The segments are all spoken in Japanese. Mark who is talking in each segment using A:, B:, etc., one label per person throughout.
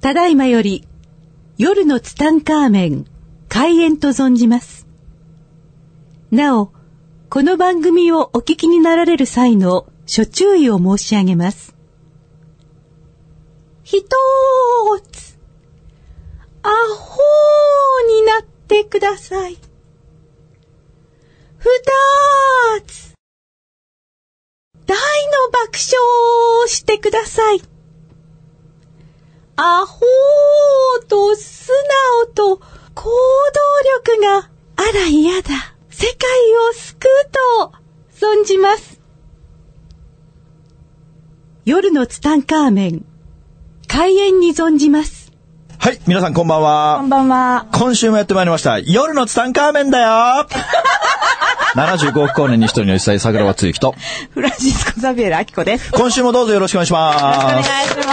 A: ただいまより、夜のツタンカーメン、開演と存じます。なお、この番組をお聞きになられる際の、諸注意を申し上げます。ひとーつ、アホーになってください。ふたーつ、大の爆笑をしてください。アホーと素直と行動力があら嫌だ。世界を救うと存じます。夜のツタンカーメン、開演に存じます。
B: はい、皆さんこんばん
C: こん
B: は。
C: ばんは。
B: 今週もやってまいりました。夜のツタンカーメンだよ 75億光年に一人の一切桜庭つゆきと、
C: フランシスコ・ザビエル・アキコです。よ
B: 今週もどうぞよろしくお願いし
C: ろしくお願
B: ま
C: いし
B: す。
C: ま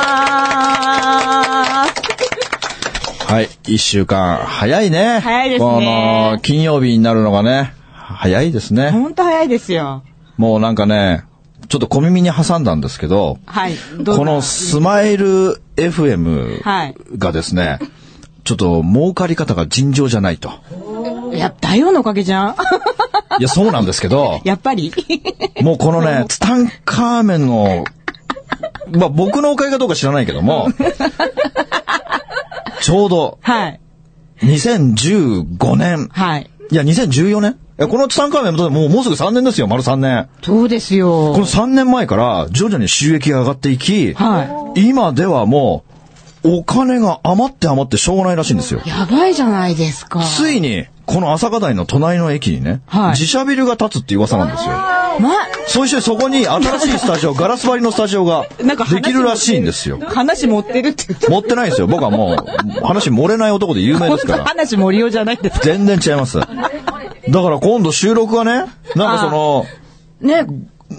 C: す。
B: はい、一週間、早いね。
C: 早いですね
B: この、金曜日になるのがね、早いですね。
C: ほんと早いですよ。
B: もうなんかね、ちょっと小耳に挟んだんですけど、
C: はい。どうぞ
B: このスマイル FM
C: はい
B: がですね、ちょっと儲かり方が尋常じゃないと。
C: いや、大王のおかげじゃん。
B: いや、そうなんですけど、
C: やっぱり。
B: もうこのね、ツタンカーメンの、まあ僕のおかげかどうか知らないけども、 ちょうど
C: はい。
B: 2015年、
C: はい。
B: いや2014年いやこのツタンカーメンももうもうすぐ3年ですよ、丸3年。
C: そうです
B: こ
C: よ
B: の。3年前から徐々に収益が上がっていき、
C: は
B: 今ではもう、お金が余って余ってしょうがないらしいんですよ
C: い。。やばいじゃないですか。
B: ついに、この朝霞台の隣の駅にね、
C: はい
B: 自社ビルが建つっていう噂なんですよ。
C: ま、
B: そしてそこに新しいスタジオ、ガラス張りのスタジオが
C: なんか話
B: できるらしいんですよ。
C: 話持ってるって言って。
B: 持ってないんですよ。僕はもう、話漏れない男で有名で
C: ほん
B: す
C: と
B: から。
C: 話盛りようじゃないんです。
B: 全然違います。だから今度収録がね、なんかその、
C: ね。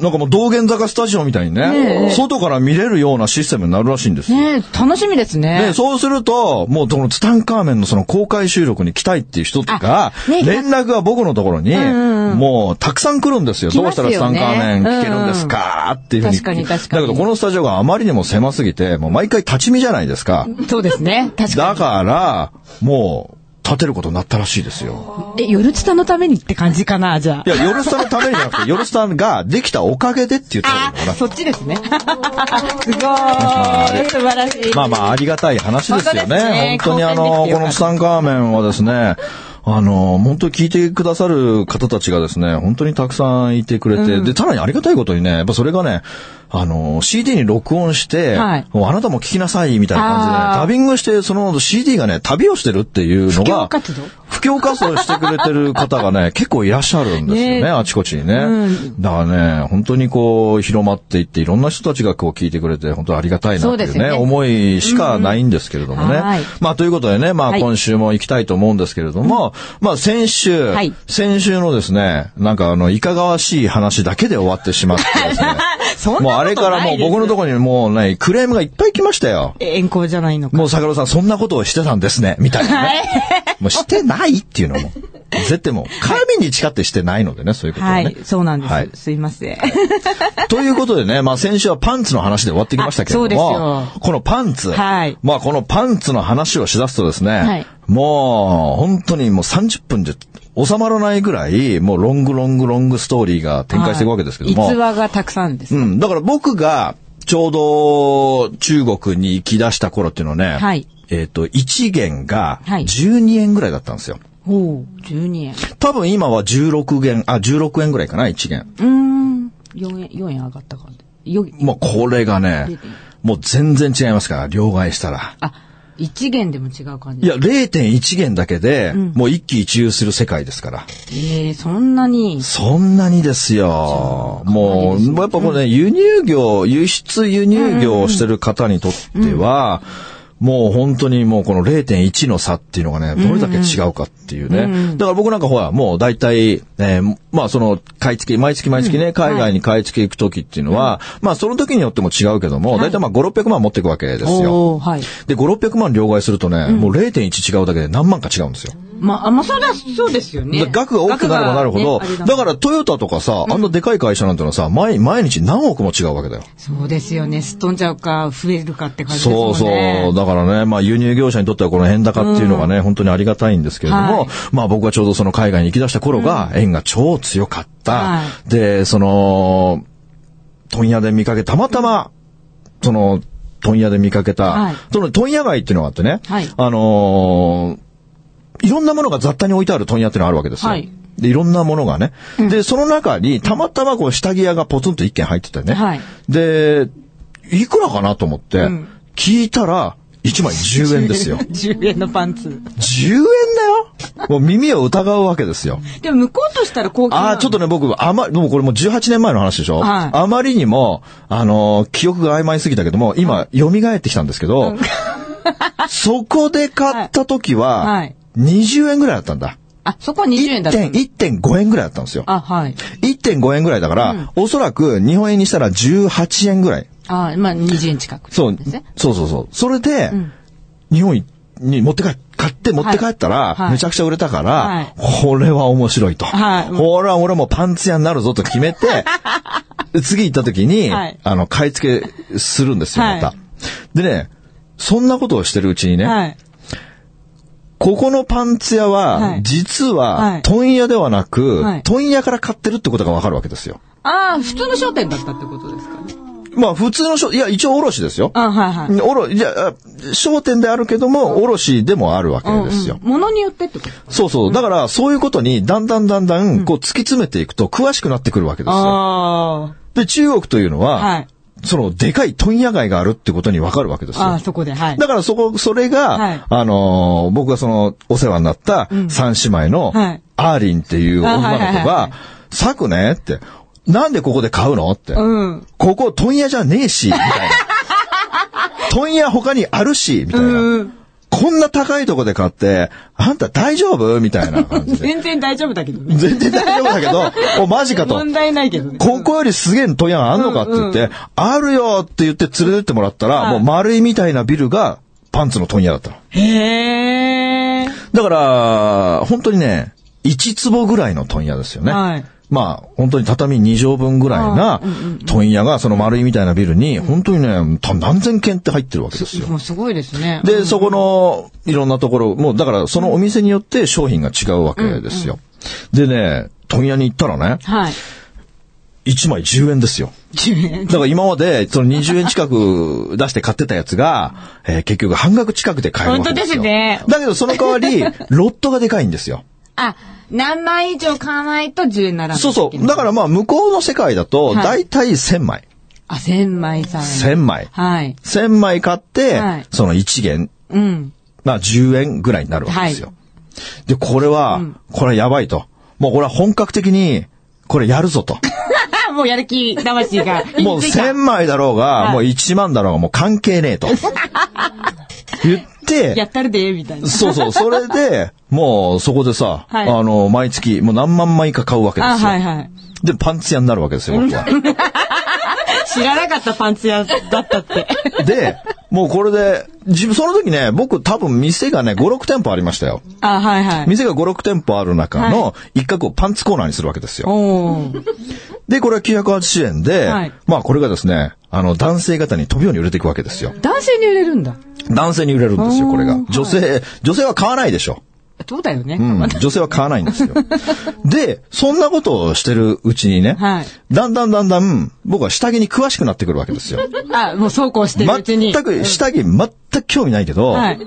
B: なんかもう道玄坂スタジオみたいに
C: ね
B: ね、
C: え
B: 外から見れるようなシステムになるらしいんですよ。
C: ね楽しみですね
B: で、。そうすると、もうそのツタンカーメンのその公開収録に来たいっていう人が
C: あ、ね
B: 連絡が僕のところに、もうたくさん来るんですよ。
C: 来
B: どう
C: ま
B: し
C: す
B: た
C: よ
B: らツ
C: ね
B: タンカーメン聞けるんですかっていうふうに。
C: 確かに確かに
B: だけどこのスタジオがあまりにも狭すぎて、もう毎回立ち見じゃないですか。
C: そうですね。確か
B: だから、もう、立てることになったらしいですよ。
C: に。え、夜ツタのためにって感じかな、じゃ
B: いや、ヨルスタのためにじゃなくて、ヨルスタができたおかげでって言ったらいい
C: あ
B: のかな。
C: そっちです ね。すごーい。素晴らしい。
B: まあまあ、ありがたい話ですよ
C: 本当です
B: ね。本
C: ね
B: 当にあの、
C: 貢献できて
B: こ
C: よかった
B: のツタンカーメンはですね、あの、本当に聞いてくださる方たちがですね、本当にたくさんいてくれて、で、さらにありがたいことにね、やっぱそれがね、あの、CD に録音して、
C: はい
B: もうあなたも聞きなさい、みたいな感じでね、
C: あー
B: ダビングして、その CD がね、旅をしてるっていうのが、
C: 布教活動
B: 布教活動してくれてる方が ね、結構いらっしゃるんですよね、
C: ね
B: あちこちにね。だからね、本当にこう、広まっていって、いろんな人たちがこう聞いてくれて、本当ありがたいな
C: そう
B: とい
C: で
B: う
C: す
B: ね、
C: よね
B: 思いしかないんですけれどもね。
C: うんはい
B: まあ、ということでね、まあ、
C: はい
B: 今週も行きたいと思うんですけれども、まあ、先週、
C: はい
B: 先週のですね、なんかあの、いかがわしい話だけで終わってしまってですね。
C: そんなこと
B: もうあれからもう僕のと
C: こ。
B: ころにもうね、クレームがいっぱい来ましたよ。
C: 遠行じゃないのか。
B: もう桜庭さん、そんなことをしてたんですね、みたいなね。もうしてないっていうの も。絶対もう、神に誓ってしてないのでね、そういうことをね。
C: はい、そうなんです。
B: はい
C: すいません。
B: ということでね、まあ先週はパンツの話で終わってきましたけれど
C: あそう
B: も
C: です、
B: このパンツ、
C: はい
B: まあこのパンツの話をしだすとですね、
C: はい
B: もう本当にもう30分じゃ収まらないぐらい、もうロングロングロングストーリーが展開していくわけですけども、
C: はい逸話がたくさんです。
B: うん、だから僕がちょうど中国に行き出した頃っていうのはね、
C: はい
B: えっ、と、1元が
C: はい
B: 12円ぐらいだったんですよ。
C: ほう、12円。
B: 多分今は16元、あ、16円ぐらいかな、1元。
C: うーん、4円、4円上がった感じ。よ
B: もうこれがね、もう全然違いますから、両替したら。
C: あ、1元でも違う感じ。
B: いや、0.1元だけで、もう一喜一憂する世界ですから。
C: ええそんなに。
B: そんなにですよ。もう、やっぱこれね、輸入業、輸出輸入業をしてる方にとっては、もう本当にもうこの0.1の差っていうのがね、どれだけ違うかっていうね。だから僕なんかほら、もう大体、えーまあその、買い付け、毎月毎月ね、海外に買い付け行く時っていうのは、まあその時によっても違うけども、大体まあ5、600万持っていくわけですよ。
C: おーはい。
B: で、5、600万両替するとね、もう0.1違うだけで何万か違うんですよ。
C: まあ、まあ、そりゃそうですよね。
B: 額が大きくなればなるほど、
C: 額がねあれ
B: だ
C: もん
B: からトヨタとかさ、あんなでかい会社なんてのはさ、毎毎日何億も違うわけだよ。
C: そうですよね。すっ飛んじゃうか、増えるかって感じです
B: そ
C: もん
B: う
C: ね。
B: そう。だからね、まあ輸入業者にとってはこの円高っていうのがね、本当にありがたいんですけれども、
C: はい
B: まあ僕がちょうどその海外に行き出した頃が、円が超強かった。
C: は
B: で、その、問屋で見かけ、たまたま、その、問屋で見かけた、
C: はい
B: その問屋街っていうのがあってね、
C: はい
B: あのーいろんなものが雑多に置いてある問屋っていうのがあるわけですよ。
C: はい
B: で、いろんなものがね。で、その中に、たまたまこう、下着屋がポツンと一軒入っててね。
C: はい
B: で、いくらかなと思って、
C: ん。
B: 聞いたら、1枚10円ですよ
C: 10円の パンツ。
B: 10円だよもう耳を疑うわけですよ。
C: でも向こうとしたら高級な
B: ああ、ちょっとね、僕、あま、もうこれもう18年前の話でしょ、
C: はい
B: あまりにも、あのー記憶が曖昧すぎたけども、今、蘇ってきたんですけど、 そこで買った時
C: はいは、
B: はい20円ぐらいだったんだ。
C: あ、そこは20円だった
B: 点
C: の。
B: 1.5円ぐらいだったんですよ。
C: あ、はい。
B: 1.5円ぐらいだから、おそらく日本円にしたら18円ぐらい。
C: あ、まあ20円近く。
B: そう、
C: ですね。
B: そうそうそう。それで、
C: ん
B: 日本に持って帰っ買って持って帰ったら、
C: はい
B: めちゃくちゃ売れたから、
C: はい
B: これは面白いと。
C: はい
B: これは俺もパンツ屋になるぞと決め て、次行った時に、
C: はい
B: あの、買い付けするんですよ、また。
C: はい
B: でね、そんなことをしてるうちにね、
C: はい。
B: ここのパンツ屋
C: は
B: は、
C: い
B: 実
C: は、
B: はい問屋ではなく、
C: はい
B: 問屋から買ってるってことがわかるわけですよ。
C: ああ、普通の商店だったってことですかね。
B: まあ、普通の商、いや、一応卸ですよ。
C: あはいはい。
B: おろ、じゃあ、商店であるけども、卸でもあるわけですよ。
C: 物によってってこと
B: そうそう。だから、そういうことに、だんだんだんだん、こう、突き詰めていくと、詳しくなってくるわけですよ。
C: あ
B: で、中国というの
C: あ。は
B: は、
C: い。
B: その、でかい問屋街があるってことにわかるわけです
C: あ
B: よ
C: あ、。そこで、はい。
B: だから、そこ、それ
C: は
B: が
C: い、
B: あのー、僕がその、お世話になった、三姉妹
C: は
B: の
C: い、
B: アーリンっていう女の
C: あはいは
B: 子
C: いは
B: が
C: い、
B: さくねって、なんでここで買うのって。
C: うん。
B: ここ問屋じゃねえし、みたい な。問屋他にあるし、みたい
C: うんう。
B: なんこんな高いとこで買って、あんた大丈夫みたいな感 じで。
C: 全然大丈夫だけどね。
B: 全然大丈夫だけど、お、マジかと
C: 問。題ないけどね。
B: ここよりすげえ問屋があんのかって言って、あるよって言って連れてってもらったら、
C: はい
B: もう丸いみたいなビルがパンツの問屋だったの。
C: へえ。
B: だから、本当にね、1坪ぐらいの問屋ですよね。
C: はい
B: まあ、本当に畳2畳分ぐらいな問屋が、その丸いみたいなビルに、本当にね、た何千軒って入ってるわけですよ。
C: もうすごいですね。
B: で、そこの、いろんなところ、もうだから、そのお店によって商品が違うわけですよ。でね、問屋に行ったらね、
C: はい。
B: 1枚10円ですよ。
C: 10円。
B: だから今まで、その20円近く出して買ってたやつが、えー結局半額近くで買えるわけですよ。
C: 本当ですね
B: だけどその代わり、ロットがでかいんですよ。
C: あ、何枚以上買わないと10円ならない
B: そうそう。だからまあ、向こうの世界だと、
C: はい
B: だいたい1000枚。
C: あ、1000枚さん。
B: 1000枚。
C: はい。
B: 1000枚買って、
C: はい
B: その1元、
C: うん。
B: まあ10円ぐらいになるわけですよ。
C: は
B: で、これは、これはやばいと。もうこれは本格的に、これやる ぞと。
C: あ、もうやる気、魂が。
B: もう
C: いいですか
B: 1000枚だろうが、
C: はい
B: もう1万だろうが、もう関係 ねえと。言って、
C: やったるで、みたいな。
B: そうそう。それで、もうそこでさ、
C: はい
B: あの、毎月、もう何万枚か買うわけですよ。
C: あ、はいはい。
B: で、パンツ屋になるわけですよ、僕 は。
C: 知らなかったパンツ屋だっ たって。
B: で、もうこれで、自分、その時ね、僕多分店がね、5、6店舗ありましたよ。
C: あ、はいはい。
B: 店が5、6店舗ある中の一角をパンツコーナーにするわけですよ。
C: おー。
B: で、これは980円で、
C: はい
B: まあこれがですね、あの、男性方に飛ぶように売れていくわけですよ。
C: 男性に売れるんだ。
B: 男性に売れるんですよ、これが
C: お。ー
B: 女性、女性は買わないでしょ。
C: そうだよね。
B: うん、女性は買わないん ですよ。で、そんなことをしてるうちにね、
C: はい
B: だんだんだんだん僕は下着に詳しくなってくるわけですよ。
C: あ、もうそうこうしてるうちに。
B: 全く、下着全く興味ないけど、
C: はい。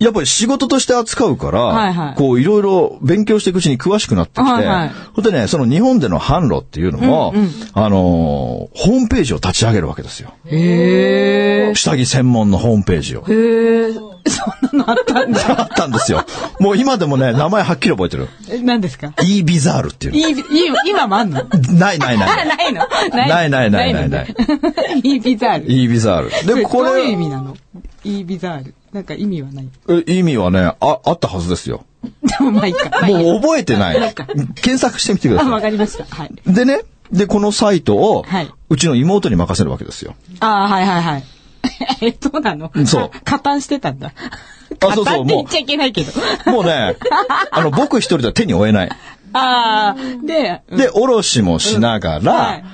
B: やっぱり仕事として扱うから、
C: はいはい
B: こういろいろ勉強していくうちに詳しくなってきて、
C: はいはい
B: ほんでね、その日本での販路っていうのも、あのーホームページを立ち上げるわけですよ。
C: へー。
B: 下着専門のホームページを。
C: へー。そんなのあったんだ。
B: あったんですよ。もう今でもね、名前はっきり覚えてる。
C: え、何ですか
B: e ビザールっていう
C: いい、いい、今もあんの
B: の。ないないな
C: あ、
B: い。
C: ないの
B: ないないないないない
C: ない。いいビザール。
B: e ビザール。
C: で
B: でも
C: もこ
B: こ
C: れ。どういう意
B: れ、
C: 味なのいいビザール。なんか意味はない。
B: え意味はね、あ、あったはずですよ。
C: でもまあいいか。まあいいや
B: もう覚えてない。検索してみてくだ
C: あ、わ
B: さ
C: かりました。はい。
B: い。でね、で、このサイトを
C: はい、
B: うちの妹に任せるわけですよ。
C: あーはいはいはい。 え、そうなの
B: そう
C: あ加担してたんだ。
B: あ
C: 加
B: そうそう
C: 担って言っちゃいけないけど。
B: もう ね、あの、僕一人では手に負えない。
C: ああ、で、うん
B: で、おろしもしながら、
C: うんはい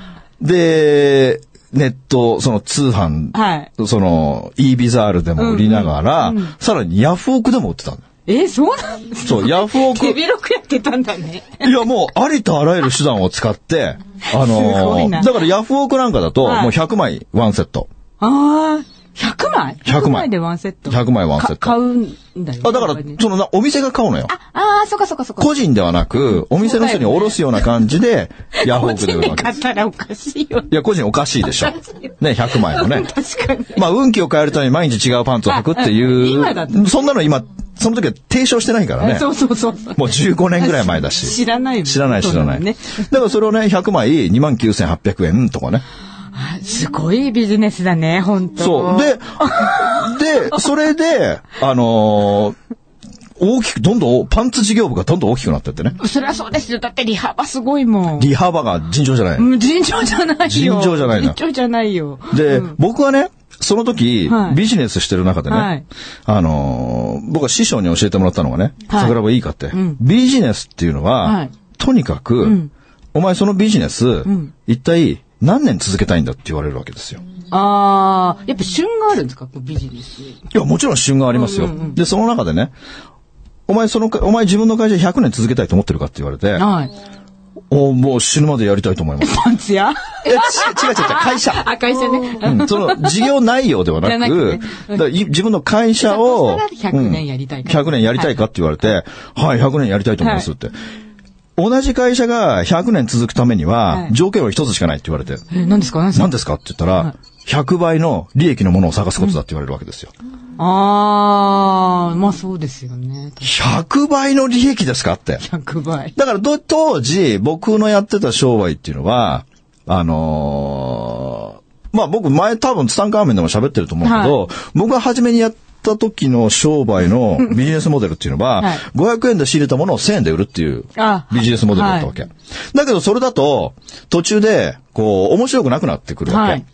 B: で、ネット、その通販、
C: はい。
B: その、イービザールでも売りながら、さらにヤフオクでも売ってたんだよ。
C: え、そうなん
B: そう、ヤフ オク。
C: 手広くやってたんだね。
B: いや、もう、ありとあらゆる手段を使って、あ
C: すご
B: の
C: い
B: ー
C: な
B: だからヤフオクなんかだと、
C: はい
B: もう100枚ワンセット。
C: ああ、100枚
B: 100枚
C: でワンセット。
B: 100枚ワンセット
C: か買うんだよね。
B: あ、だから
C: これね、
B: そのな、お店が買うのよ。
C: ああ、そっかそっかそっか。
B: 個人ではなく、お店の人におろすような感じ で、ヤフオ
C: 個
B: クで
C: 人
B: 売る
C: で
B: わけで
C: 買
B: す。
C: ったらおかしいよ。
B: いや、個人おかしい でしょ。ね、100枚もね。
C: 確かに。
B: まあ、運気を変えるために毎日違うパンツを履くって
C: あ今だっ
B: い
C: て
B: う、そんなの今、その時は提唱してないからね。
C: そうそうそうそう。
B: もう15年ぐらい前だし。
C: 知らないもん
B: 知らない、知らない。
C: そうだもんね
B: だからそれをね、100枚29,800円とかね。
C: すごいビジネスだね、本当
B: そう。で、で、それで、あのー大きく、どんどん、パンツ事業部がどんどん大きくなってってね。
C: で、そりゃそうですよ。だってリハはすごいもん。
B: 利幅が尋常じゃない。
C: うん尋常じゃないよ。
B: 尋常じゃないな
C: 尋常じゃないよ。
B: で、僕はね、その時、
C: はい
B: ビジネスしてる中でね、
C: はい
B: あのー僕は師匠に教えてもらったのがね、
C: はい
B: 桜庭いいかって、
C: ん
B: ビジネスっていうのは、
C: はい
B: とにかく、
C: ん
B: お前そのビジネス、
C: ん
B: 一体何年続けたいんだって言われるわけですよ。
C: ああ、やっぱ旬があるんですかこうビジネス。
B: いや、もちろん旬がありますよ。で、その中でね、お前そのか、お前自分の会社100年続けたいと思ってるかって言われて、
C: はい。
B: おもう死ぬまでやりたいと思います。
C: パンツ や
B: え、ち違う違う違う、会社。
C: あ、会社ね。
B: うんその事業内容ではな
C: じゃな
B: く、
C: くて
B: だからい自分の会社を、
C: そうしたら100年やりたいから
B: うん100年やりたいかって言われて、はい、100年やりたいと思いますって。同じ会社が100年続くためには
C: は、い
B: 条件は一つしかないって言われて、
C: え、何ですか何ですか
B: 何ですかって言ったら、100倍の利益のものを探すことだって言われるわけですよ。
C: ああ、まあそうですよね。
B: 100倍の利益ですかって。
C: 100倍。
B: だからど、当時、僕のやってた商売っていうのは、あのーまあ僕前多分ツタンカーメンでも喋ってると思うけど、僕が初めにやった時の商売のビジネスモデルっていうのは、
C: はい
B: 500円で仕入れたものを1000円で売るっていう
C: あ
B: ビジネスモデルだったわけ。だけどそれだと、途中で、こう、面白くなくなってくるわけ。
C: はい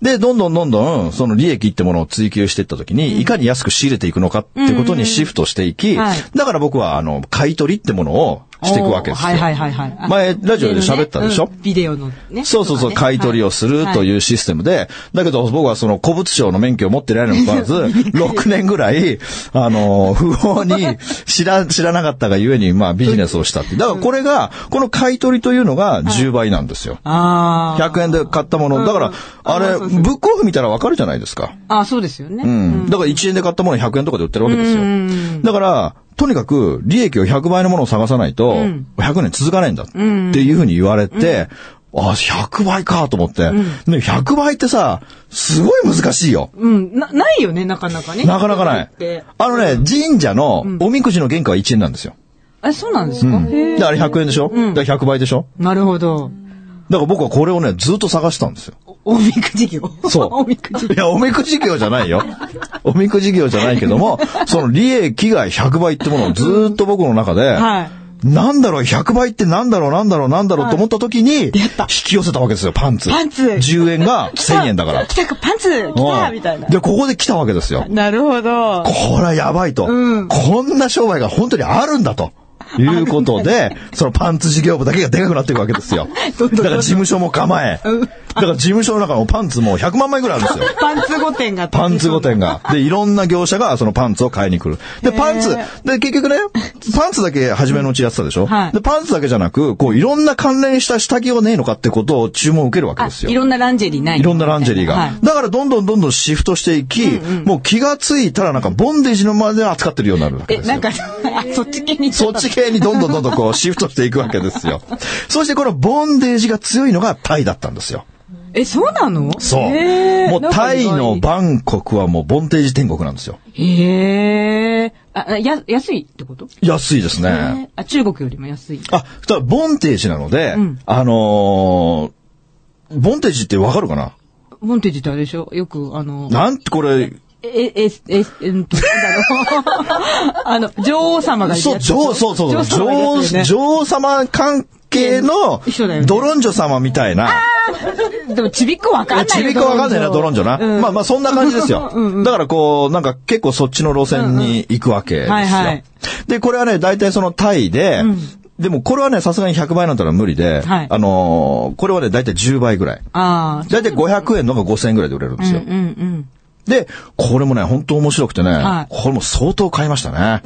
B: で、どんどんどんどん、その利益ってものを追求していった時に、いかに安く仕入れていくのかってことにシフトしていき、
C: はい
B: だから僕は、あの、買い取りってものをしていくわけですよ。
C: おーはいはいはいはいあ。
B: 前、ラジオで喋ったでしょ、
C: うんビデオのね。
B: そうそうそう、
C: とか
B: 買
C: ね
B: い取りをするというシステムで、だけど僕はその古物商の免許を持ってないのにもかかわらず、6年ぐらい、あの、不法 に知ら、知らなかったがゆえに、まあビジネスをしたって。だからこれが、この買い取りというのが10倍なんですよ。
C: ああ。
B: 100円で買ったもの。だから、あれ、ブックオフ見たらわかるじゃないですか。
C: ああ、そうですよね。
B: うん。だから1円で買ったもの100円とかで売ってるわけですよ。だから、とにかく利益を100倍のものを探さないと、100年続かないんだっていうふうに言われて、あ、100倍かと思って。で、100倍ってさ、すごい難しいよ。
C: うん。な、ないよね、なかなかね。
B: なかなかない
C: って。
B: あのね、神社のおみくじの原価は1円なんですよ。
C: え、そうなんですか、へえ
B: で、あれ100円でしょだから100倍でしょ
C: なるほど。
B: だから僕はこれをね、ずっと探したんですよ。
C: おおみくじ業。
B: そう
C: おみくじ
B: いや、おみくじ業じゃない よ。おみくじ業じゃないけども、その利益が100倍ってものをずーっと僕の中で、
C: はい。
B: なんだろう、100倍ってなんだろう、なんだろう、なんだろうと思った時に、引き寄せたわけですよ、パンツ。
C: パンツ
B: 10円が
C: 来た
B: 1000円だから。
C: 来たか、パンツ来
B: う
C: た
B: ん
C: みたいな。
B: で、ここで来たわけですよ。
C: なるほど。
B: これはやばいと。
C: うん
B: こんな商売が本当にあるんだと。いうこと で、そのパンツ事業部だけがでかくなっていくわけですよ。
C: どんどんどんどん
B: だから事務所も構え。
C: うん
B: だから事務所の中のパンツも100万枚ぐらいあるんですよ。
C: パンツ御殿が。
B: パンツ御殿が。で、いろんな業者がそのパンツを買いに来る。で、パンツ、で、結局ね、パンツだけ初めのうちやってたでしょ、
C: はい
B: で、パンツだけじゃなく、こう、いろんな関連した下着はねえのかってことを注文を受けるわけ
C: あ
B: ですよ。
C: いろんなランジェリーない
B: いろんなランジェリーが。
C: はい
B: だからどんどんどんどんシフトしていき、もう気がついたらなんかボンデージのまで扱ってるようになるわけ
C: え、
B: ですよ。
C: なんか、あそっち系に行
B: そ
C: ゃ
B: ったち系にどんどんどんどんこうシフトしていくわけです よ。そしてこのボンデージが強いのがタイだったんですよ。
C: え、そうなの
B: そう。
C: へー
B: もうタイの
C: なんか
B: バンコクはもうボンデージ天国なんですよ。
C: 意外へえ。あ、や、安いってこと
B: 安いですね。
C: へーあ、中国よりも安い。
B: あ、ただ、ボンテージなので、
C: ん
B: あのーボンテージってわかるかな
C: モンテージってあれでしょよく、あの、
B: なんてこれ、
C: え、え、え、え、うん と、なんだろう。あの、女王様がいる
B: そう、
C: やつ。
B: 女王、そうそう、
C: 女王様がいる
B: 女王、
C: やつだよね
B: 女王様関系の
C: 一緒だよね
B: ドロンジョ様みたいな。
C: でも、ちびっこわかんないよ。
B: ちびっこわかんないな、ドロンジョな。
C: うん
B: まあまあ、そんな感じですよ。
C: うんうん
B: だからこう、なんか結構そっちの路線に行くわけですよ。
C: はいはい
B: で、これはね、大体そのタイで、
C: ん
B: でもこれはね、さすがに100倍なんてのは無理で、
C: はい
B: あのーこれはね、大体10倍ぐらい。
C: ああ。
B: 大体500円のが5000円ぐらいで売れるんです
C: うん
B: よ。
C: うんうん。
B: で、これもね、本当面白くてね、
C: はい
B: これも相当買いましたね。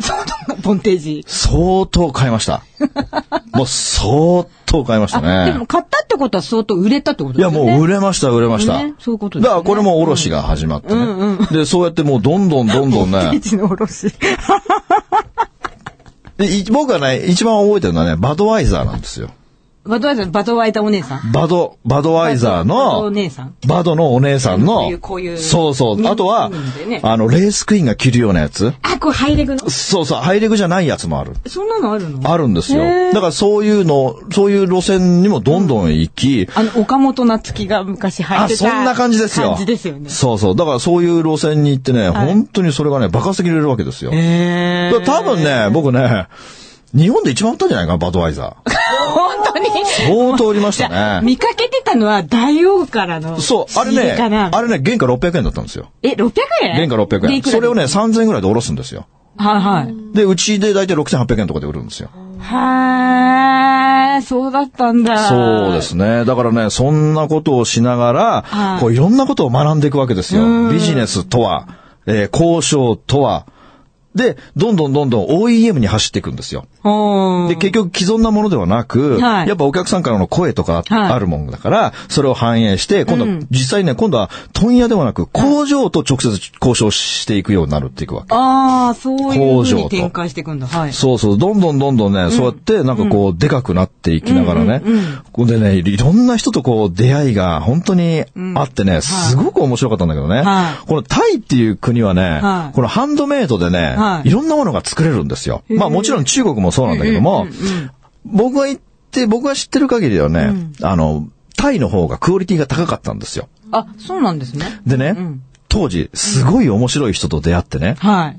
C: ボンテージ。
B: 相当買いま した。もう相当買いました
C: あ、でも
B: ね。
C: 買ったってことは相当売れたってこと
B: い
C: で
B: や、
C: すよね。
B: もう売れました、売れました。
C: ねそういうことです
B: だか
C: よね
B: らこれも卸が始まってね。
C: うん
B: で、そうやってもうどんどんどんど ん
C: ボンテー
B: ね。
C: ジのおろし。
B: でい僕がね、一番覚えてるのはね、バドワイザーなんですよ。
C: バドワイザー、バドワイザーお姉さん。
B: バド、バドワイザー
C: バドお
B: の、
C: 姉さん。
B: バドのお姉さん
C: こう
B: の
C: いうこうい、う
B: そうそう。あとは
C: うんでね、
B: あの、レースクイーンが着るようなやつ。
C: あ、これハイレグの。
B: そうそう、ハイレグじゃないやつもある。
C: そんなのあるの
B: あるんですよ
C: へ。ー
B: だからそういうの、そういう路線にもどんどん行き、
C: あの、岡本夏樹が昔入っ
B: あ、
C: て
B: そ
C: た。
B: んな感じですよ。
C: 感じですよね。
B: そうそう。だからそういう路線に行ってね、本当にそれがね、爆発的に売れるわけですよ。
C: へ
B: だから多分ね、僕ね、日本で一番売ったんじゃないかな、バドワイザー。
C: 本当に。
B: 相当売りまし
C: じゃ
B: た
C: あ
B: ね。
C: 見かけてたのは大王からの。
B: そう、あれ
C: 仕入か
B: ね
C: な、
B: あれね、原価600円だったんですよ。
C: え、600円
B: 原価600
C: で
B: 円。
C: いくら
B: それをね、3000円ぐらいでおろすんですよ。
C: はいはい。
B: で、うちで大体6800円とかで売るんですよ。
C: はー、そうだったんだ。
B: そうで。すね。だからね、そんなことをしながら
C: は、い
B: こういろんなことを学んでいくわけですよ。ビジネスとは、えー交渉とは。で、どんどんどんどん OEM に走っていくんですよ。
C: おー
B: で、結局既存なものではなく、
C: はい
B: やっぱお客さんからの声とか
C: はい
B: あるもんだから、それを反映して、今度、実際ね、今度は問屋ではなく、工場と直接交渉していくようになるっていくわけ。
C: ああ、そういう
B: 工
C: 風
B: 場と
C: に展開していくんだ。はい。
B: そうそう、どんどんどんどんね、そうやって、なんかこう、でかくなっていきながらね、ここでね、いろんな人とこう、出会いが本当にあってね、すごく面白かったんだけどね
C: は、
B: このタイっていう国は
C: は
B: ね、
C: い
B: このハンドメイドでね
C: は、い
B: いろんなものが作れるんですよ。まあもちろん中国もそうなんだけども、僕が行って、僕が知ってる限りではね、あの、タイの方がクオリティが高かったんですよ。
C: あ、そうなんですね。
B: でね、当時、すごい面白い人と出会ってね、
C: はい。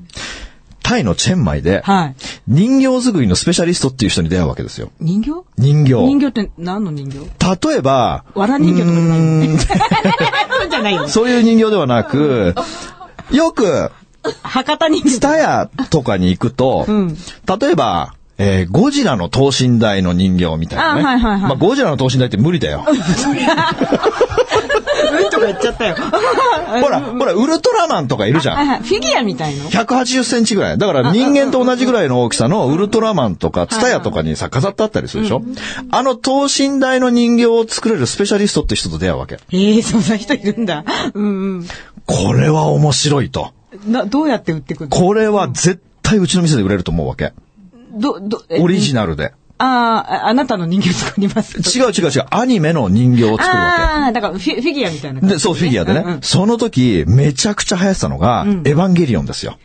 B: タイのチェンマイで、
C: はい。
B: 人形作りのスペシャリストっていう人に出会うわけですよ。
C: 人形
B: 人形。
C: 人形って何の人形
B: 例えば、
C: わら人形とかじゃないう
B: ーん
C: そうじゃないよね。
B: そういう人形ではなく、よく、
C: 博多人
B: ツ
C: 形。
B: タヤとかに行くと、
C: ん
B: 例えば、えーゴジラの等身大の人形みたいなね。
C: あはいはいはい
B: まあ、ゴジラの等身大って無理だよ。
C: うんとか言っちゃったよ。
B: ほら、ほら、ウルトラマンとかいるじゃ
C: はい
B: ん。
C: はい。フィギュアみたいの
B: 180センチぐらい。だから人間と同じぐらいの大きさのウルトラマンとか、ツタヤとかにさ、飾ってあったりするでしょあの等身大の人形を作れるスペシャリストって人と出会うわけ。
C: ええ、そんな人いるんだ。うん
B: これは面白いと。
C: うん。な、どうやって売ってくるの
B: これは絶対うちの店で売れると思うわけ。
C: ど、ど、え
B: オリジナルで。
C: ああ、あなたの人形作ります。
B: 違う違う違う。アニメの人形を作るわ
C: ああ、だからフィフィギュアみたい
B: け。
C: な感じ。
B: で、そう、フィギュアで
C: うんう
B: ね
C: ん。
B: その時、めちゃくちゃ流行ってたのが、エヴァンゲリオンですよ。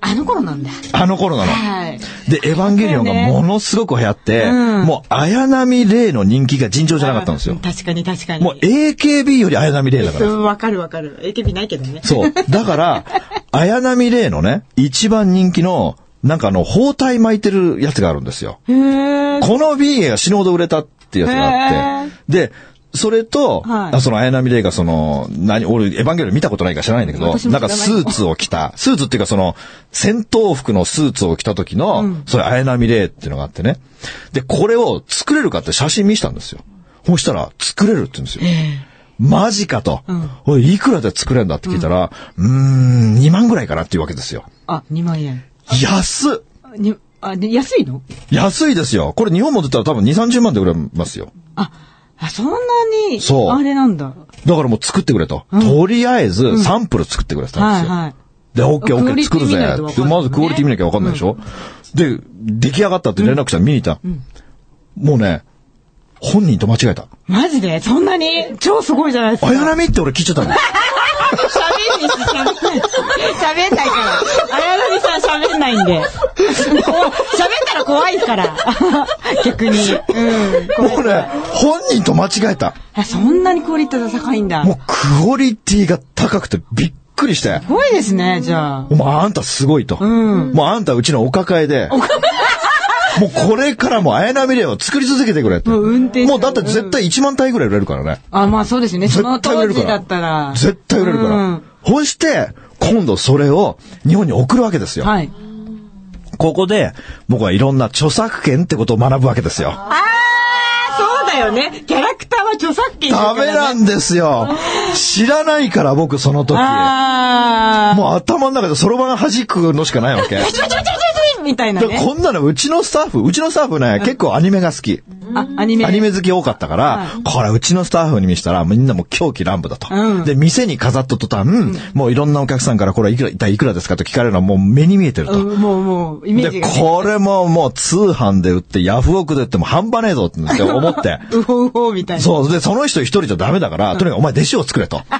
C: あの頃なんだ。
B: あの頃なの。
C: はい。
B: で、エヴァンゲリオンがものすごく流行って、
C: うん
B: もう、綾波レイの人気が尋常じゃなかったんですよ。
C: 確かに確かに。
B: もう、AKB より綾波レイだか
C: そ
B: ら。
C: うわかるわかる。AKB ないけどね。
B: そう。だから、綾波レイのね、一番人気の、なんかあの、包帯巻いてるやつがあるんですよ。
C: へえ。
B: この BA が死ぬほど売れたっていうやつがあって。で、それと、
C: はい
B: あその綾波レイがその、何、俺、エヴァンゲリオン見たことないから知らないんだけど、
C: 私も知
B: な
C: ら
B: ん
C: な
B: か
C: い
B: スーツを着た、スーツっていうかその、戦闘服のスーツを着た時の、それ綾波レイっていうのがあってね。で、これを作れるかって写真見せたんですよ。そしたら、作れるって言うんですよ。マジかと。おい、いくらで作れるんだって聞いたら、うん、ん、2万ぐらいかなっていうわけですよ。
C: あ、2万円。
B: 安っ
C: あにあ、で安いの
B: 安いですよ。これ日本も出たら多分2、30万で売れますよ。
C: あ、あそんなに、
B: そう
C: あれなんだ。
B: だからもう作ってくれと。とりあえずサンプル作ってくれてたん
C: は
B: で
C: い
B: すよ。
C: はい。
B: で、オッケーオッ
C: クオ
B: ケー
C: リティ
B: 作るぜ
C: 見ないとわかんない。ね
B: まずクオリティ見なきゃわかんないでしょ、で、出来上がったって連絡したら見に行った、もうね、本人と間違えた。
C: マジでそんなに超すごいじゃないですか。
B: 綾波って俺聞いちゃったの。
C: 喋んねえし、喋んないし。喋んないから。綾波さん喋んないんで。 こう喋ったら怖いから。 逆に。うん。怖い
B: もうね、本人と間違えた。
C: あそんなにクオリティが高いんだ。
B: も
C: す
B: うクオリティが高くてびっくりして。
C: ごいですね、じゃあ。
B: お前あんたすごいと。もうあんたうちのお抱えで。もうこれからも綾波レイを作り続けてくれって。
C: もう運転手
B: もうだって絶対1万体ぐらい売れるからね。
C: あ、まあそうですね。そ
B: 絶
C: の
B: 対売
C: 当
B: れるか
C: 時
B: ら。
C: だったら。
B: 絶対売れるから。
C: うん
B: そして、今度それを日本に送るわけですよ。
C: はい。
B: ここで、僕はいろんな著作権ってことを学ぶわけですよ。
C: あー、そうだよね。キャラクターは著作権
B: ダメなんですよ。知らないから僕その時。も
C: あー。
B: う頭の中でそろばん弾くのしかないわ け。
C: バチバチバチバチバチみたいな
B: で
C: ね。
B: こんなのうちのスタッフ、うちのスタッフね、結構アニメが好き。
C: あ、アニメ。
B: アニメ好き多かったから、
C: はい
B: これうちのスタッフに見したらみんなもう狂気乱舞だと。
C: うん
B: で、店に飾った途端、もういろんなお客さんからこれいくら、一体いくらですかと聞かれるのはもう目に見えてると。
C: うんもう、もう、イメー
B: で、
C: ジがね。
B: これももう通販で売ってヤフオクで売っても半端ねえぞって思って。
C: うほうほうみたいな。
B: そう。で、その人一人じゃダメだから、とにかくお前弟子を作れと。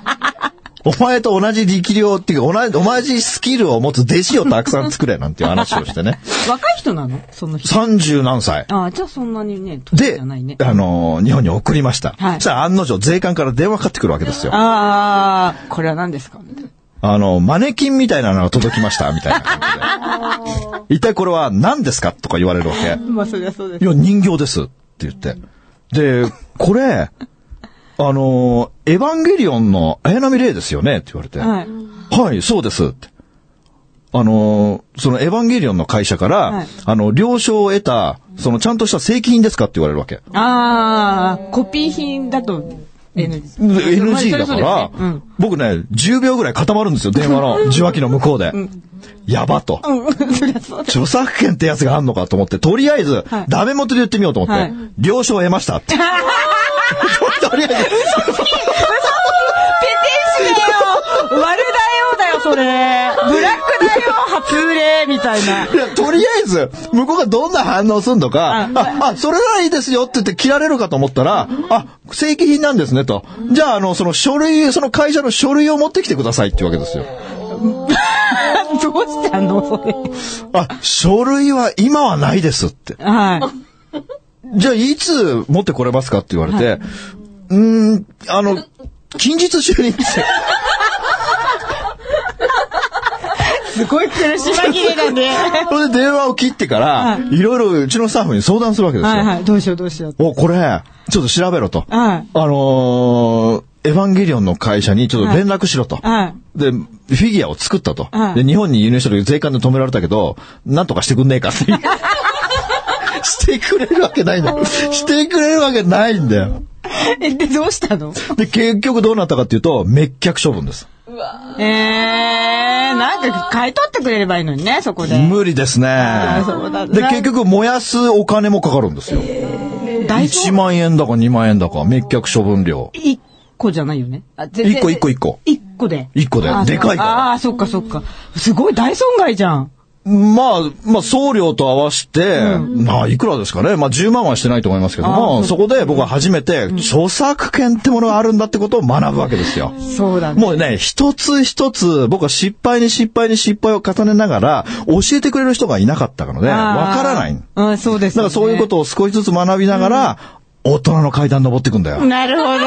B: お前と同じ力量っていうか、同じ、同じスキルを持つ弟子をたくさん作れなんていう話をしてね。
C: 若い人なのその人。
B: 三十何歳。
C: あーじゃあそんなにね、年じ
B: で、
C: ゃないね。
B: あのー日本に送りました。
C: はい
B: そしたら案の定、税関から電話かかってくるわけですよ。
C: あー、これは何ですかみたいな
B: あの、マネキンみたいなのが届きました、みたいな感じ で。一体これは何ですかとか言われるわけ。
C: まあそりゃそうです
B: い。や、人形ですって言って。で、これ、あの、エヴァンゲリオンの綾波レイですよねって言われて。
C: はい
B: はいそうですって。あの、そのエヴァンゲリオンの会社から、
C: はい
B: あの、了承を得た、そのちゃんとした正規品ですかって言われるわけ。
C: あー、コピー品だと NG。
B: NG
C: それ
B: だ
C: そ
B: か
C: れ
B: ら、
C: そうですねうん
B: 僕ね、10秒ぐらい固まるんですよ、電話の受話器の向こうで。やばと。著作権ってやつがあんのかと思って、とりあえず、
C: はい
B: ダメ元で言ってみようと思って、
C: はい
B: 了承を得ました って。とりあえず、
C: ペテン師だよ悪だよだよ、それ。ブラックだよ、初売れ、みたいな。
B: いやとりあえず、向こうがどんな反応するのか、
C: う
B: あ
C: ん、
B: あ、それならいいですよって言って切られるかと思ったら、あ、正規品なんですねと。じゃあ、あの、その書類、その会社の書類を持ってきてくださいっていうわけですよ。
C: どうしたのそれ。
B: あ、書類は今はないですって。
C: は
B: じゃあ、いつ持ってこれますかって言われて、うーん、あの、近日中にって。
C: い。すごい苦し紛れだね。
B: それで電話を切ってから、
C: はい
B: いろいろうちのスタッフに相談するわけですよ。
C: はいはい。どうしようどうしよう。
B: お、これ、ちょっと調べろと。
C: はい。
B: あのーエヴァンゲリオンの会社にちょっと連絡しろと。
C: はい。
B: で、フィギュアを作ったと。
C: はい
B: で、日本に輸入した時税関で止められたけど、なんとかしてくんねえか って いう。してくれるわけないんだよ。してくれるわけないんだよ。
C: え、で、どうしたの
B: で、結局どうなったかっていうと、滅却処分です。
C: えー、なんか買い取ってくれればいいのにね、そこで。
B: 無理ですね
C: ーそうだ。ね
B: で、結局燃やすお金もかかるんですよ。
C: 大丈
B: 1万円だか2万円だか、滅却処分料。
C: 一個じゃないよね。あ、全
B: 1個1個1個。
C: 一個で。
B: 1個で
C: あ。
B: でかい
C: あ
B: か
C: あ、そっかそっか。すごい大損害じゃん。
B: ら。まあ、まあ、送料と合わせて、まあ、いくらですかね。まあ、10万はしてないと思いますけど
C: あ
B: も、
C: ー
B: そこで僕は初めて、著作権ってものがあるんだってことを学ぶわけですよ。
C: そうだね。
B: もうね、一つ一つ、僕は失敗に失敗に失敗を重ねながら、教えてくれる人がいなかったので、
C: あー
B: わからない。
C: うん、そうです、
B: だからそういうこ。とを少しずつ学びながら、大人の階段登っていくんだよ。
C: なるほど。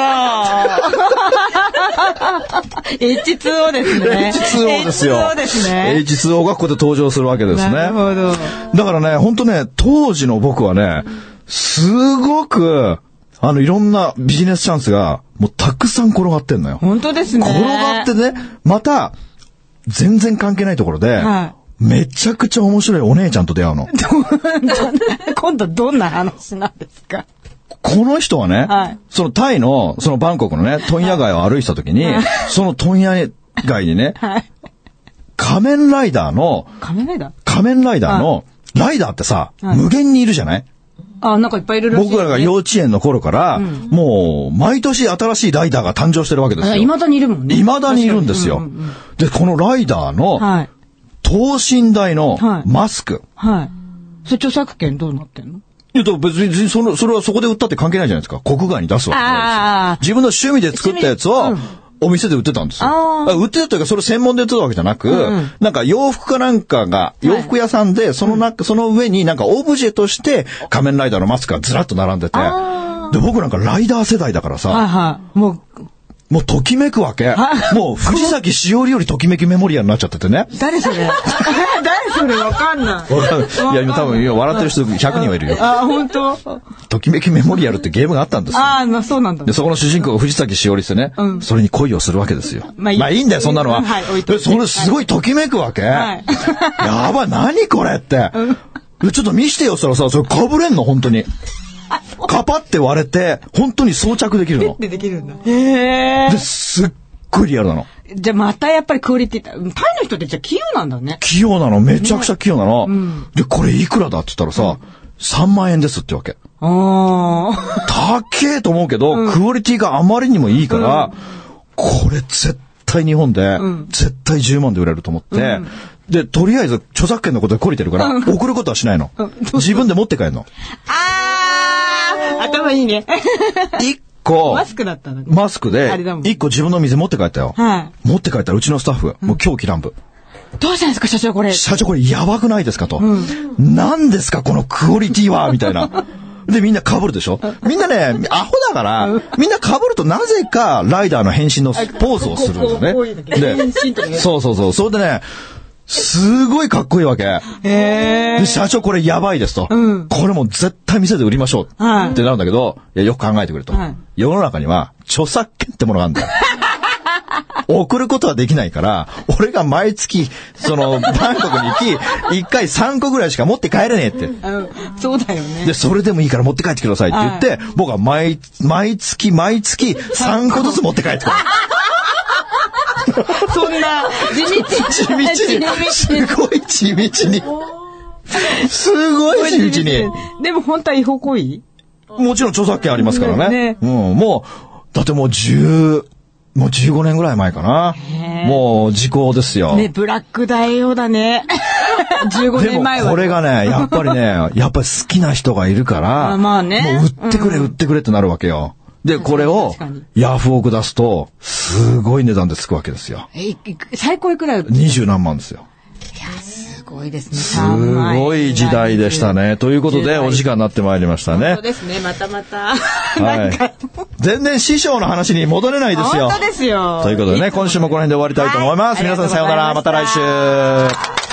C: H2O ですね。
B: H2O ですよ。
C: H2O ですね。
B: H2O がここで登場するわけですね。
C: なるほど。
B: だからね、ほんとね、当時の僕はね、すごく、あの、いろんなビジネスチャンスが、もうたくさん転がってんのよ。
C: 本当ですね。
B: 転がってね、また、全然関係ないところで、
C: は
B: めちゃくちゃ面白いお姉ちゃんと出会うの。
C: 今度どんな話なんですか
B: この人はね、
C: はい
B: そのタイの、そのバンコクのね、問屋街を歩いてた時に、その問屋街にね、
C: はい。
B: 仮面ライダーの、
C: 仮面ライダー
B: 仮面ライダーの、ライダーってさ、
C: はい
B: 無限にいるじゃない
C: あ、なんかいっぱいいるらしい、
B: 僕らが幼稚園の頃から、もう、毎年新しいライダーが誕生してるわけですよ。
C: いまだにいるもんね。
B: 未だにいるんですよ。
C: 確かにうんうん
B: で、このライダー
C: うんは
B: の、
C: い。
B: 等身大の
C: はい
B: マスク。
C: はい。それ著作権どうなってんの
B: いや、だから別に、別にその、それはそこで売ったって関係ないじゃないですか。国外に出すわけない
C: あ
B: ですよ。自分の趣味で作ったやつを、お店で売ってたんですよ。
C: あ
B: だ
C: ー
B: から売ってたというか、それ専門で売ってたわけじゃなく、
C: んうん
B: なんか洋服かなんかが、洋服屋さんで、その中、その上になんかオブジェとして、仮面ライダーのマスクがずらっと並んでて、で、僕なんかライダー世代だからさ、
C: はいはい。もう、
B: もうときめくわけ。もう藤崎しおりよりときめきメモリアになっちゃっててね。
C: 誰それ誰それ わかんない。
B: わかんないいや、今多分、いや笑ってる人100人はいるよ。
C: あ、本当あ
B: ときめきメモリアルってゲームがあったんですよ。
C: あ、まあそうなんだ
B: で、。そこの主人公が藤崎しおりってね、
C: うん
B: それに恋をするわけですよ。
C: ま
B: ま
C: あ
B: あ
C: い
B: い
C: い
B: い,、んだよ、そんなのは。
C: はい置いといて
B: でそれすごいときめくわけ。
C: はい
B: やばい、何これって。でちょっと見してよ、そしたらさ、それかぶれんの、本当に。かぱって割れて、本当に装着できるの。
C: でできるんだ。へえ
B: で。すっごいリアルなの。
C: じゃあまたやっぱりクオリティ、タイの人ってじゃあ器用なんだね。
B: 器用なの、めちゃくちゃ器用なの。で、これいくらだって言ったらさ、3万円ですってわけ。
C: ああ。
B: 高えと思うけど、クオリティがあまりにもいいから、これ絶対日本で、絶対10万で売れると思って、で、とりあえず著作権のことで懲りてるから、送ることはしないの。自分で持って帰る の。
C: ああ 頭いいね。
B: 1個、
C: マスクだったのね。
B: マスクで、
C: あれだもん
B: 1個自分の店持って帰ったよ。
C: は
B: 持って帰ったらうちのスタッフ、もう狂気乱舞。
C: どうしたんですか、社長これ。
B: 社長これやばくないですかと。何ですかこのクオリティはみたいな。 で、みんな被るでしょみんなね、アホだから、みんな被るとなぜかライダーの変身のポーズをするんだ
C: こ
B: よ
C: うこうこういうの
B: ね。
C: ね変身とかね
B: で、そうそうそう。それでね、すごいかっこいいわけ。
C: へえ
B: で、。社長これやばいですと。
C: うん
B: これもう絶対店で売りましょうって
C: はい
B: なるんだけど、いやよく考えてくれと、
C: はい
B: 世の中には著作権ってものがあるん だよ。送ることはできないから、俺が毎月、その、バンコクに行き、一回3個ぐらいしか持って帰れねえって。
C: うんそうだよ
B: で、
C: ね。
B: それでもいいから持って帰ってくださいって言って、僕は毎、毎月、毎月、3個ずつ持って帰ってくる。
C: そんな、地道に。
B: 地道に、すごい地道に。すごい地道に。
C: でも本当は違法行為
B: もちろん著作権ありますからね。
C: ね
B: うん、もう、だってもう10、もう15年ぐらい前かな
C: へー。
B: もう時効ですよ。
C: ね、ブラック大王だね。15
B: で
C: 年
B: も
C: 前は。
B: これがね、やっぱり ね、やっぱり好きな人がいるから、
C: あまあね
B: もう売ってくれ、売ってくれってなるわけよ。で、これを
C: 確かに、
B: ヤフオク出すと、すごい値段でつくわけですよ。
C: えいい最高いくらい
B: 二十何万ですよ。
C: すごいですね。
B: すごい時代でしたね。ということ
C: 時
B: で、
C: 代
B: お時間になってまいりましたね。
C: ですね、またまた。
B: はい。全然師匠の話に戻れないですよ。
C: 本当ですよ
B: ということでね、今週もこの辺で終わりたいと思います。
C: はい
B: 皆さんさような
C: あ
B: ら。
C: りが
B: ま
C: と
B: た
C: うござい
B: 来
C: まし
B: 週
C: た。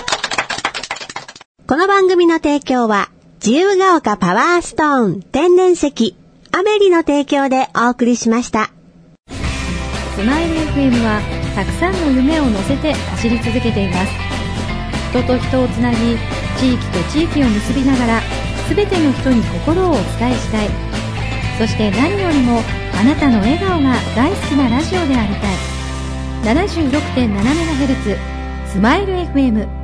D: この番組の提供は、自由が丘パワーストーン天然石、アメリの提供でお送りしました。
E: スマイル FM はたくさんの夢を乗せて走り続けています人と人をつなぎ地域と地域を結びながら全ての人に心をお伝えしたいそして何よりもあなたの笑顔が大好きなラジオでありたい 76.7MHz スマイル FM